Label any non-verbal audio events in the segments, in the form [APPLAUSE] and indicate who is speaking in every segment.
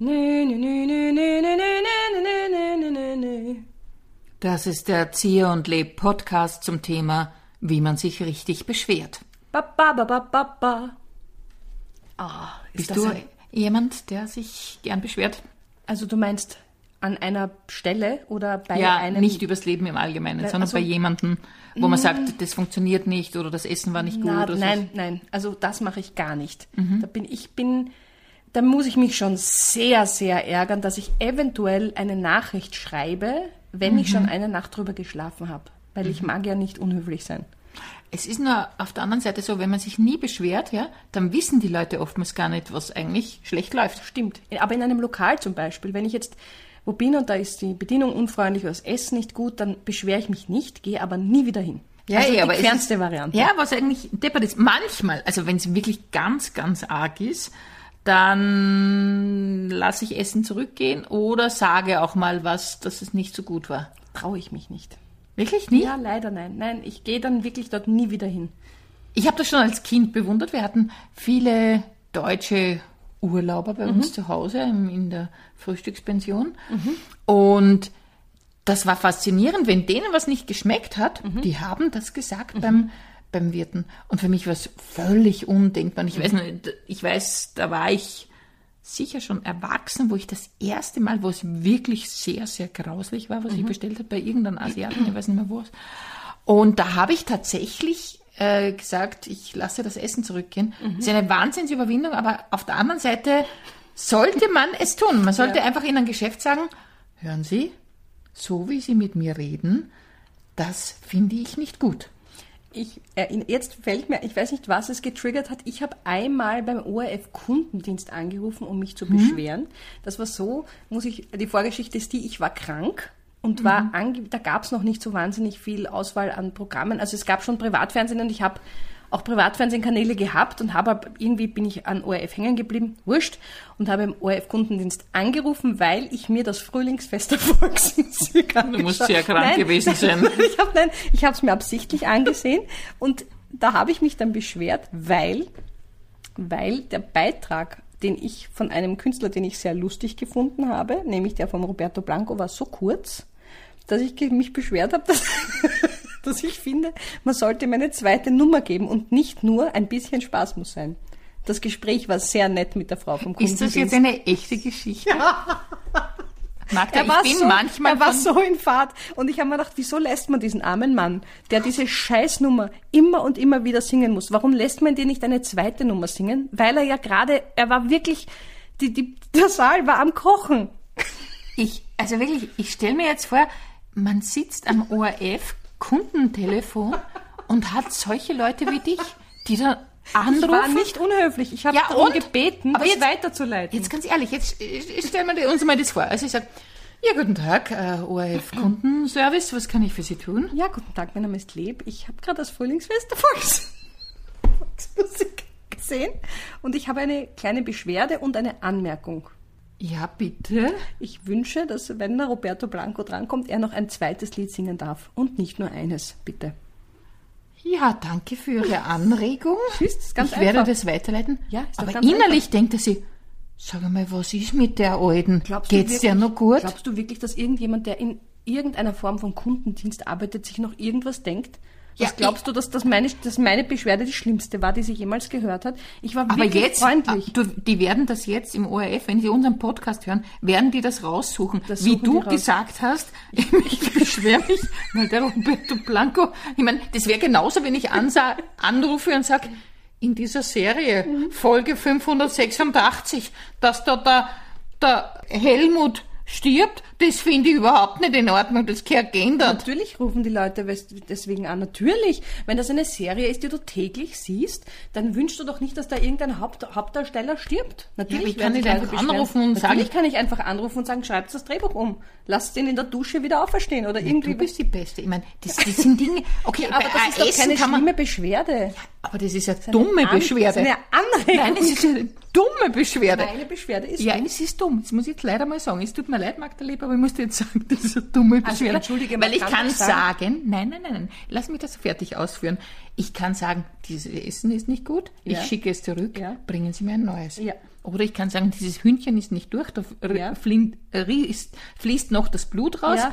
Speaker 1: Nö, nö, nö, nö, nö, nö, nö, nö, nö, nö, nö, nö, nö.
Speaker 2: Das ist der Erzieher und Leb Podcast zum Thema, wie man sich richtig beschwert.
Speaker 1: Ba, ba, ba, ba, ba, ba.
Speaker 2: Ah,
Speaker 1: ist
Speaker 2: Bist
Speaker 1: das
Speaker 2: du
Speaker 1: ein-
Speaker 2: jemand, der sich gern beschwert?
Speaker 1: Also du meinst an einer Stelle oder bei
Speaker 2: ja,
Speaker 1: einem...
Speaker 2: nicht übers Leben im Allgemeinen, sondern
Speaker 1: also-
Speaker 2: bei jemandem, wo man sagt, das funktioniert nicht oder das Mhm. Essen war nicht gut.
Speaker 1: Mm. Na,
Speaker 2: oder so.
Speaker 1: nein, nein. Also das mache ich gar nicht. Da bin ich bin, da muss ich mich schon sehr, sehr ärgern, dass ich eventuell eine Nachricht schreibe, wenn
Speaker 2: Mhm.
Speaker 1: ich schon eine Nacht drüber geschlafen habe, weil ich mag ja nicht unhöflich sein.
Speaker 2: Es ist nur auf der anderen Seite so, wenn man sich nie beschwert, ja, dann wissen die Leute oftmals gar nicht, was eigentlich schlecht läuft.
Speaker 1: Stimmt. Aber in einem Lokal zum Beispiel, wenn ich jetzt wo bin und da ist die Bedienung unfreundlich oder das Essen nicht gut, dann beschwere ich mich nicht, gehe aber nie wieder hin. also
Speaker 2: eh,
Speaker 1: die
Speaker 2: aber es
Speaker 1: fernste
Speaker 2: ist,
Speaker 1: Variante.
Speaker 2: Ja, was eigentlich deppert ist. Manchmal, also wenn es wirklich ganz, ganz arg ist, dann lasse ich Essen zurückgehen oder sage auch mal was, dass es nicht so gut war.
Speaker 1: Traue ich mich nicht.
Speaker 2: Wirklich nie?
Speaker 1: Ja, leider nein. Nein, ich gehe dann wirklich dort nie wieder hin.
Speaker 2: Ich habe das schon als Kind bewundert. Wir hatten viele deutsche Urlauber bei uns zu Hause im- in der Frühstückspension. Und das war faszinierend, wenn denen was nicht geschmeckt hat, die haben das gesagt beim, beim Wirten. Und für mich war es völlig undenkbar. Und Ich weiß, nicht, ich weiß, da war ich sicher schon erwachsen, wo ich das erste Mal, wo es wirklich sehr, sehr grauslich war, was ich bestellt habe bei irgendeinem Asiaten, ich weiß nicht mehr wo es. Und da habe ich tatsächlich äh, gesagt, ich lasse das Essen zurückgehen. Das ist eine Wahnsinnsüberwindung, aber auf der anderen Seite sollte man es tun. Man sollte einfach in ein Geschäft sagen, hören Sie, so wie Sie mit mir reden, das finde ich nicht gut.
Speaker 1: Ich, äh, in- jetzt fällt mir, ich weiß nicht, was es getriggert hat. Ich habe einmal beim ORF Kundendienst angerufen, um mich zu
Speaker 2: Mhm.
Speaker 1: beschweren. Das war so, muss ich, die Vorgeschichte ist die, ich war krank und war
Speaker 2: Mhm.
Speaker 1: ange, da gab es noch nicht so wahnsinnig viel Auswahl an Programmen. Also es gab schon Privatfernsehen und ich habe auch Privatfernsehkanäle gehabt und habe ab- irgendwie bin ich an ORF hängen geblieben, wurscht, und habe im ORF Kundendienst angerufen, weil ich mir das Frühlingsfest der Volksmusik angeschaut.
Speaker 2: musst sehr krank
Speaker 1: nein,
Speaker 2: gewesen
Speaker 1: nein,
Speaker 2: sein.
Speaker 1: ich habe nein, ich habe es mir
Speaker 2: [LAUGHS]
Speaker 1: absichtlich angesehen und da habe ich mich dann beschwert, weil weil der Beitrag, den ich von einem Künstler, den ich sehr lustig gefunden habe, nämlich der von Roberto Blanco, war so kurz, dass ich ge- mich beschwert habe, [LAUGHS] dass, dass ich finde, man sollte ihm eine zweite Nummer geben und nicht nur ein bisschen Spaß muss sein. Das Gespräch war sehr nett mit der Frau vom
Speaker 2: Ist das
Speaker 1: Kundendienst.
Speaker 2: jetzt eine echte Geschichte? Magda, ich bin manchmal
Speaker 1: er war
Speaker 2: von-
Speaker 1: so in Fahrt. Und ich habe mir gedacht, wieso lässt man diesen armen Mann, der diese Scheißnummer immer und immer wieder singen muss, warum lässt man den nicht eine zweite Nummer singen? Weil er ja gerade, er war wirklich, die, die, der Saal war am Kochen.
Speaker 2: Ich, also wirklich, ich stelle mir jetzt vor, man sitzt am ORF Kundentelefon und hat solche Leute wie dich, die da
Speaker 1: Ich war
Speaker 2: anrufen.
Speaker 1: nicht unhöflich. Ich habe
Speaker 2: Ja,
Speaker 1: darum
Speaker 2: und?
Speaker 1: gebeten,
Speaker 2: Aber
Speaker 1: das
Speaker 2: jetzt-
Speaker 1: weiterzuleiten.
Speaker 2: Jetzt ganz ehrlich, jetzt äh, stellen wir uns mal das vor. Also ich sage, ja, guten Tag, äh, ORF Kundenservice, was kann ich für Sie tun?
Speaker 1: ja, guten Tag, mein Name ist Leb. Ich habe gerade das Frühlingsfest [LAUGHS] der Volks Volksmusik gesehen und ich habe eine kleine Beschwerde und eine Anmerkung.
Speaker 2: Ja, bitte.
Speaker 1: Ich wünsche, dass, wenn der Roberto Blanco drankommt, er noch ein zweites Lied singen darf. Und nicht nur eines, bitte.
Speaker 2: Ja, danke für Ihre Anregung.
Speaker 1: Tschüss, das ist ganz
Speaker 2: ich werde
Speaker 1: einfach.
Speaker 2: das weiterleiten.
Speaker 1: Ja, ist doch
Speaker 2: Aber
Speaker 1: ganz
Speaker 2: innerlich denkt er sich, sag mal, was ist mit der Alten?
Speaker 1: du
Speaker 2: Geht's der
Speaker 1: wirklich-
Speaker 2: noch gut?
Speaker 1: Glaubst du wirklich, dass irgendjemand, der in irgendeiner Form von Kundendienst arbeitet, sich noch irgendwas denkt?
Speaker 2: Ja,
Speaker 1: Was glaubst du, dass, dass, meine, dass meine Beschwerde die schlimmste war, die sie jemals gehört hat? Ich war
Speaker 2: Aber
Speaker 1: wirklich
Speaker 2: jetzt,
Speaker 1: freundlich.
Speaker 2: äh, du, die werden das jetzt im ORF, wenn sie unseren Podcast hören, werden die das raussuchen.
Speaker 1: Das
Speaker 2: Wie
Speaker 1: suchen
Speaker 2: du
Speaker 1: die raus.
Speaker 2: gesagt hast, [LAUGHS] ich beschwere mich, weil der Roberto Blanco, ich meine, das wäre genauso, wenn ich ansa anrufe und sage, in dieser Serie,
Speaker 1: Mhm.
Speaker 2: Folge 586, dass da der, der Helmut stirbt, das finde ich überhaupt nicht in Ordnung, das gehört geändert.
Speaker 1: Natürlich rufen die Leute wes- deswegen an. Natürlich. Wenn das eine Serie ist, die du täglich siehst, dann wünschst du doch nicht, dass da irgendein Haupt Hauptdarsteller stirbt.
Speaker 2: aber
Speaker 1: Natürlich
Speaker 2: ich
Speaker 1: werden
Speaker 2: kann nicht
Speaker 1: sich Leute
Speaker 2: einfach
Speaker 1: beschweren.
Speaker 2: anrufen und sagen-
Speaker 1: Natürlich kann ich einfach anrufen und sagen, schreibt das Drehbuch um. Lasst ihn in der Dusche wieder auferstehen oder
Speaker 2: Du
Speaker 1: irgendwie.
Speaker 2: bist die Beste. Ich meine, das, das sind Dinge,
Speaker 1: [LAUGHS]
Speaker 2: okay,
Speaker 1: aber
Speaker 2: bei
Speaker 1: das ist doch
Speaker 2: Essen
Speaker 1: keine
Speaker 2: kann man,
Speaker 1: schlimme Beschwerde.
Speaker 2: aber das ist eine dumme
Speaker 1: An-
Speaker 2: Beschwerde.
Speaker 1: Das ist eine
Speaker 2: Nein, es
Speaker 1: Anregung.
Speaker 2: ist eine dumme Beschwerde.
Speaker 1: Meine Beschwerde ist
Speaker 2: Ja, es ist dumm. Das muss ich jetzt leider mal sagen. Es tut mir leid, Magda Leber, aber ich muss dir jetzt sagen, [LAUGHS] das ist eine dumme
Speaker 1: Also,
Speaker 2: Beschwerde.
Speaker 1: entschuldige, man
Speaker 2: weil ich
Speaker 1: kann
Speaker 2: kann
Speaker 1: doch sagen-
Speaker 2: sagen, nein, nein, nein, nein, lass mich das fertig ausführen. Ich kann sagen, dieses Essen ist nicht gut,
Speaker 1: Ja.
Speaker 2: ich schicke es zurück,
Speaker 1: Ja.
Speaker 2: bringen Sie mir ein neues.
Speaker 1: Ja.
Speaker 2: Oder ich kann sagen, dieses Hühnchen ist nicht durch, da r-
Speaker 1: Ja.
Speaker 2: flin- riest- fließt noch das Blut raus,
Speaker 1: Ja.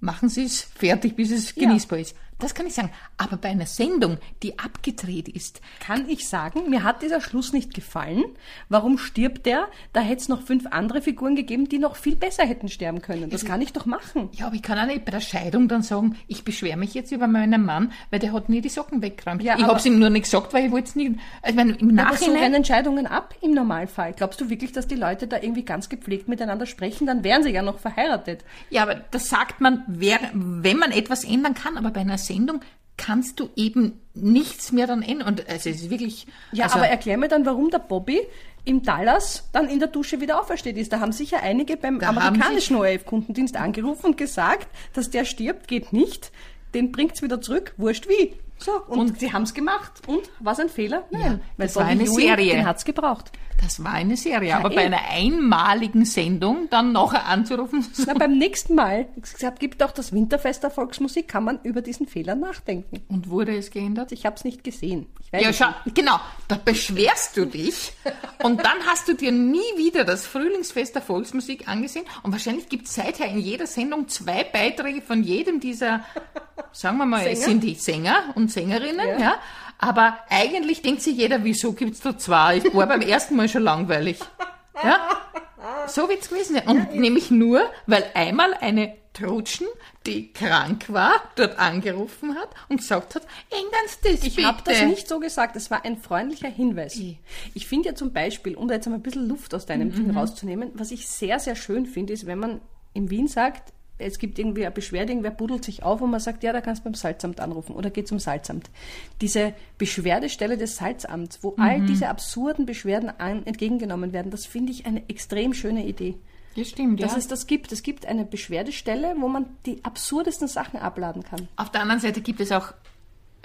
Speaker 2: machen Sie es fertig, bis es
Speaker 1: Ja.
Speaker 2: genießbar ist. Das kann ich sagen. Aber bei einer Sendung, die abgedreht ist,
Speaker 1: Kann ich sagen, mir hat dieser Schluss nicht gefallen. Warum stirbt der? Da hätte es noch fünf andere Figuren gegeben, die noch viel besser hätten sterben können. Das kann ich doch machen.
Speaker 2: Ja, aber ich kann auch nicht bei der Scheidung dann sagen, ich beschwere mich jetzt über meinen Mann, weil der hat nie die Socken weggeräumt.
Speaker 1: Ja,
Speaker 2: ich
Speaker 1: aber-
Speaker 2: habe es ihm nur nicht gesagt, weil ich wollte es nicht. Also, ich meine, im
Speaker 1: Aber so rennen
Speaker 2: Nachhinein.
Speaker 1: Entscheidungen ab im Normalfall. Glaubst du wirklich, dass die Leute da irgendwie ganz gepflegt miteinander sprechen? Dann wären sie ja noch verheiratet.
Speaker 2: Ja, aber das sagt man, wer, wenn man etwas ändern kann, aber bei einer Sendung kannst du eben nichts mehr dann ändern. Und also es ist wirklich.
Speaker 1: Ja,
Speaker 2: also,
Speaker 1: aber erklär mir dann, warum der Bobby im Dallas dann in der Dusche wieder aufersteht ist. Da haben sicher einige beim
Speaker 2: Da haben
Speaker 1: amerikanischen ORF-Kundendienst angerufen und gesagt, dass der stirbt, geht nicht. Den bringt's wieder zurück, wurscht wie. So, und, sie haben's gemacht. Und war's ein Fehler? Nein,
Speaker 2: Ja, das war eine Serie.
Speaker 1: den hat's gebraucht.
Speaker 2: das war eine Serie. aber
Speaker 1: eh.
Speaker 2: bei einer einmaligen Sendung dann nachher anzurufen. [LAUGHS]
Speaker 1: Na, beim nächsten Mal, ich gesagt, gibt auch das Winterfest der Volksmusik, kann man über diesen Fehler nachdenken.
Speaker 2: Und wurde es geändert?
Speaker 1: Ich hab's nicht gesehen. Ich weiß
Speaker 2: Ja,
Speaker 1: es
Speaker 2: schau,
Speaker 1: nicht.
Speaker 2: genau. Da beschwerst du dich und dann hast du dir nie wieder das Frühlingsfest der Volksmusik angesehen und wahrscheinlich gibt es seither in jeder Sendung zwei Beiträge von jedem dieser, sagen wir mal, es
Speaker 1: Sänger?
Speaker 2: sind die Sänger und Sängerinnen,
Speaker 1: Ja.
Speaker 2: ja. Aber eigentlich denkt sich jeder, wieso gibt's da zwei? Ich war beim ersten Mal schon langweilig. Ja? So wird's gewesen sein. Und nämlich nur, weil einmal eine Trojan, die krank war, dort angerufen hat und gesagt hat, ändern's das
Speaker 1: Ich
Speaker 2: bitte.
Speaker 1: habe das nicht so gesagt, es war ein freundlicher Hinweis.
Speaker 2: Eh.
Speaker 1: Ich finde ja zum Beispiel, um da jetzt einmal ein bisschen Luft aus deinem Ding
Speaker 2: Mhm.
Speaker 1: rauszunehmen, was ich sehr, sehr schön finde, ist, wenn man in Wien sagt, es gibt irgendwie eine Beschwerde, irgendwer buddelt sich auf und man sagt, ja, da kannst du beim Salzamt anrufen oder geh zum Salzamt. Diese Beschwerdestelle des Salzamts, wo all
Speaker 2: Mhm.
Speaker 1: diese absurden Beschwerden an, entgegengenommen werden, das finde ich eine extrem schöne Idee.
Speaker 2: Das stimmt,
Speaker 1: Dass
Speaker 2: ja.
Speaker 1: es das gibt. Es gibt eine Beschwerdestelle, wo man die absurdesten Sachen abladen kann.
Speaker 2: Auf der anderen Seite gibt es auch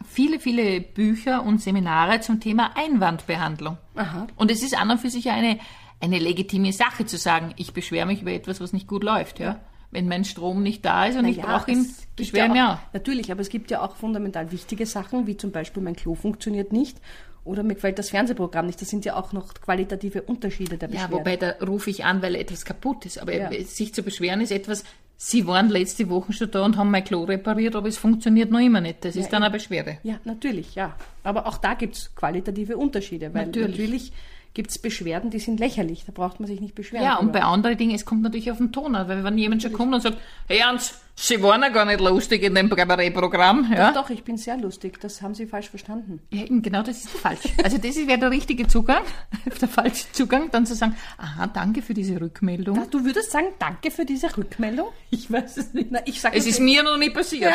Speaker 2: viele, viele Bücher und Seminare zum Thema Einwandbehandlung.
Speaker 1: Aha.
Speaker 2: Und es ist an und für sich ja eine, eine legitime Sache zu sagen, ich beschwere mich über etwas, was nicht gut läuft. Ja? Wenn mein Strom nicht da ist und ich
Speaker 1: Ja,
Speaker 2: brauche
Speaker 1: es
Speaker 2: ihn,
Speaker 1: gibt
Speaker 2: beschwere
Speaker 1: ja
Speaker 2: mich
Speaker 1: auch,
Speaker 2: auch.
Speaker 1: Natürlich, aber es gibt ja auch fundamental wichtige Sachen, wie zum Beispiel mein Klo funktioniert nicht oder mir gefällt das Fernsehprogramm nicht. Das sind ja auch noch qualitative Unterschiede der
Speaker 2: Ja,
Speaker 1: Beschwerden.
Speaker 2: wobei da rufe ich an, weil etwas kaputt ist. Aber
Speaker 1: Ja.
Speaker 2: sich zu beschweren ist etwas, Sie waren letzte Woche schon da und haben mein Klo repariert, aber es funktioniert noch immer nicht. Das ist dann eine Beschwerde.
Speaker 1: ja, natürlich, ja. Aber auch da gibt es qualitative Unterschiede, weil natürlich,
Speaker 2: Natürlich.
Speaker 1: gibt es Beschwerden, die sind lächerlich. Da braucht man sich nicht beschweren.
Speaker 2: Ja, und
Speaker 1: drüber.
Speaker 2: bei anderen Dingen, es kommt natürlich auf den Ton an, weil wenn jemand schon kommt und sagt, hey Hans, Sie waren ja gar nicht lustig in dem Kabarettprogramm, ja?
Speaker 1: Doch, ich bin sehr lustig. Das haben Sie falsch verstanden.
Speaker 2: ja, eben, genau, das ist falsch. Also das ist- wäre der richtige Zugang, [LAUGHS] der falsche Zugang, dann zu sagen, aha, danke für diese Rückmeldung.
Speaker 1: Du würdest sagen, danke für diese Rückmeldung?
Speaker 2: Ich weiß es nicht.
Speaker 1: Na, ich sage
Speaker 2: Es ist mir noch nie passiert.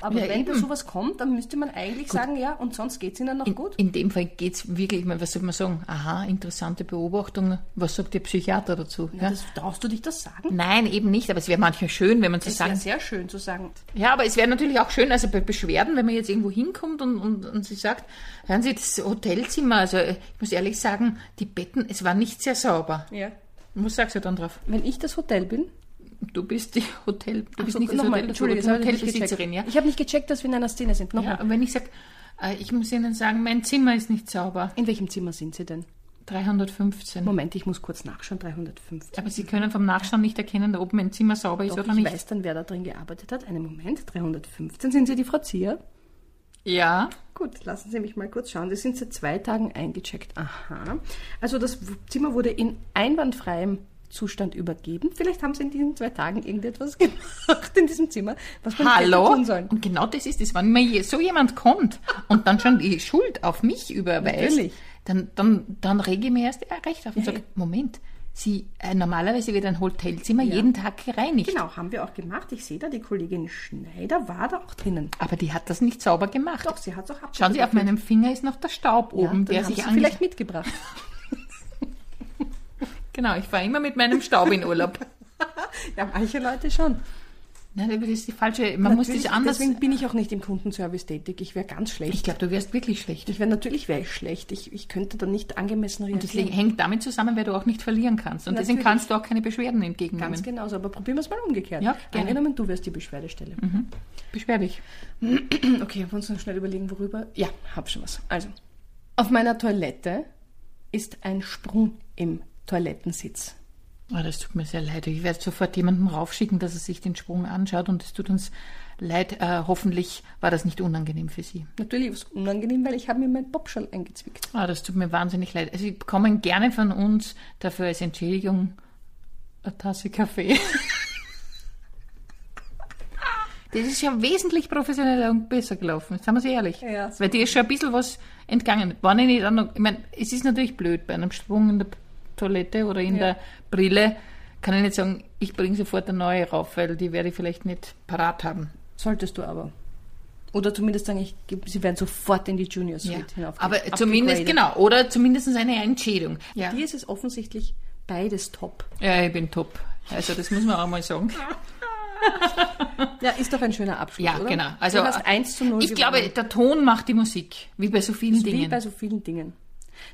Speaker 1: Aber
Speaker 2: Ja,
Speaker 1: wenn da
Speaker 2: eben.
Speaker 1: sowas kommt, dann müsste man eigentlich sagen, ja, und sonst geht es Ihnen noch gut.
Speaker 2: In dem Fall geht's wirklich, ich meine, was soll man sagen? Aha, interessante Beobachtung. Was sagt der Psychiater dazu? Ja?
Speaker 1: Das, traust du dich das sagen?
Speaker 2: Nein, eben nicht, aber es wäre manchmal schön, wenn man so
Speaker 1: Es wäre
Speaker 2: sagen
Speaker 1: sehr schön zu sagen,
Speaker 2: Ja, aber es wäre natürlich auch schön, also bei Beschwerden, wenn man jetzt irgendwo hinkommt und, und, und sie sagt, hören Sie, das Hotelzimmer, also äh, ich muss ehrlich sagen, die Betten, es war nicht sehr sauber.
Speaker 1: ja.
Speaker 2: Was sagst du dann drauf?
Speaker 1: wenn ich das Hotel bin,
Speaker 2: Du bist die Hotel, du bist
Speaker 1: so,
Speaker 2: nicht das
Speaker 1: nochmal,
Speaker 2: Hotel,
Speaker 1: Entschuldige, das
Speaker 2: du bist
Speaker 1: habe ich nicht
Speaker 2: Hotelbesitzerin, ja?
Speaker 1: gecheckt. Ich habe nicht gecheckt, dass wir in einer Szene sind. Nochmal.
Speaker 2: ja? Und wenn ich sage, äh, ich muss Ihnen sagen, mein Zimmer ist nicht sauber,
Speaker 1: In welchem Zimmer sind Sie denn?
Speaker 2: 315.
Speaker 1: Moment, ich muss kurz nachschauen, 350.
Speaker 2: Aber Sie können vom Nachschauen nicht erkennen, ob mein Zimmer sauber ist
Speaker 1: Doch,
Speaker 2: oder
Speaker 1: ich
Speaker 2: nicht.
Speaker 1: weiß dann, wer da drin gearbeitet hat. Einen Moment, 315. Sind Sie die Frau Zier?
Speaker 2: Ja,
Speaker 1: Gut, lassen Sie mich mal kurz schauen. Sie sind seit zwei Tagen eingecheckt. Aha. Also das Zimmer wurde in einwandfreiem Zustand übergeben. Vielleicht haben Sie in diesen zwei Tagen irgendetwas [LAUGHS] gemacht in diesem Zimmer, was man nicht hätte
Speaker 2: hallo.
Speaker 1: tun sollen.
Speaker 2: Und genau das ist es, wenn mir je- so jemand kommt und dann schon die Schuld auf mich überweist,
Speaker 1: Natürlich.
Speaker 2: dann, dann, dann rege ich mir erst recht auf und
Speaker 1: Ja,
Speaker 2: sage,
Speaker 1: ja.
Speaker 2: Moment, Sie, äh, normalerweise wird ein Hotelzimmer jeden Tag gereinigt.
Speaker 1: Genau, haben wir auch gemacht. Ich sehe da, die Kollegin Schneider war da auch drinnen.
Speaker 2: Aber die hat das nicht sauber gemacht.
Speaker 1: Doch, sie hat es auch abgeschlossen.
Speaker 2: Schauen Sie, auf meinem Finger ist noch der Staub oben, der sich ange-
Speaker 1: vielleicht mitgebracht.
Speaker 2: [LAUGHS]
Speaker 1: [LAUGHS]
Speaker 2: Genau, ich fahre immer mit meinem Staub in Urlaub.
Speaker 1: Ja, manche Leute schon.
Speaker 2: Nein, aber das ist die falsche. Man muss das
Speaker 1: Natürlich,
Speaker 2: anders.
Speaker 1: Deswegen bin ich auch nicht im Kundenservice tätig. Ich wäre ganz
Speaker 2: Ich
Speaker 1: schlecht.
Speaker 2: glaube, du wärst wirklich schlecht.
Speaker 1: Ich, wäre natürlich wäre ich schlecht. Ich, ich könnte da nicht angemessen
Speaker 2: Und das
Speaker 1: reagieren.
Speaker 2: hängt damit zusammen, weil du auch nicht verlieren kannst. Und deswegen
Speaker 1: Natürlich.
Speaker 2: kannst du auch keine Beschwerden entgegennehmen.
Speaker 1: Ganz genauso. Aber probieren wir es mal umgekehrt.
Speaker 2: Ja, gerne.
Speaker 1: Angenommen, du wärst die Beschwerdestelle.
Speaker 2: Beschwer dich. Mhm.
Speaker 1: [CLEARS THROAT] Okay, wir uns noch schnell überlegen, worüber. Ja, hab schon was. Also, auf meiner Toilette ist ein Sprung im Toilettensitz.
Speaker 2: Oh, das tut mir sehr leid. Ich werde sofort jemanden raufschicken, dass er sich den Sprung anschaut. Und es tut uns leid. Äh, hoffentlich war das nicht unangenehm für Sie.
Speaker 1: Natürlich ist es unangenehm, weil ich habe mir meinen Popschall eingezwickt.
Speaker 2: Ah, das tut mir wahnsinnig leid. Also, Sie bekommen gerne von uns dafür als Entschädigung eine Tasse
Speaker 1: [LAUGHS]
Speaker 2: Kaffee. Das ist ja wesentlich professioneller und besser gelaufen, sagen wir es ehrlich.
Speaker 1: Ja, so.
Speaker 2: Weil dir ist schon ein bisschen was entgangen. War ich nicht auch noch, ich meine, es ist natürlich blöd bei einem Sprung in der Toilette oder in
Speaker 1: Ja.
Speaker 2: der Brille, kann ich nicht sagen, ich bringe sofort eine neue rauf, weil die werde ich vielleicht nicht parat haben.
Speaker 1: Solltest du aber. Oder zumindest sagen, ich, geb- sie werden sofort in die Junior Suite
Speaker 2: Ja.
Speaker 1: hinauf.
Speaker 2: Aber zumindest, genau, oder zumindest eine Entschädigung. Ja.
Speaker 1: Hier ist es offensichtlich beides top.
Speaker 2: Ja, ich bin top. Also das muss man auch mal sagen.
Speaker 1: Ja, ist doch ein schöner Abschluss,
Speaker 2: Ja,
Speaker 1: oder?
Speaker 2: genau. Also
Speaker 1: du hast 1 zu 0
Speaker 2: Ich glaube,
Speaker 1: gewonnen.
Speaker 2: der Ton macht die Musik, wie bei so vielen
Speaker 1: wie bei
Speaker 2: Dingen.
Speaker 1: so vielen Dingen.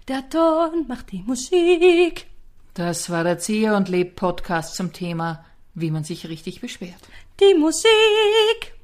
Speaker 1: Der Ton macht die Musik.
Speaker 2: Das war der Zieher und Leb Podcast zum Thema, wie man sich richtig beschwert.
Speaker 1: Die Musik.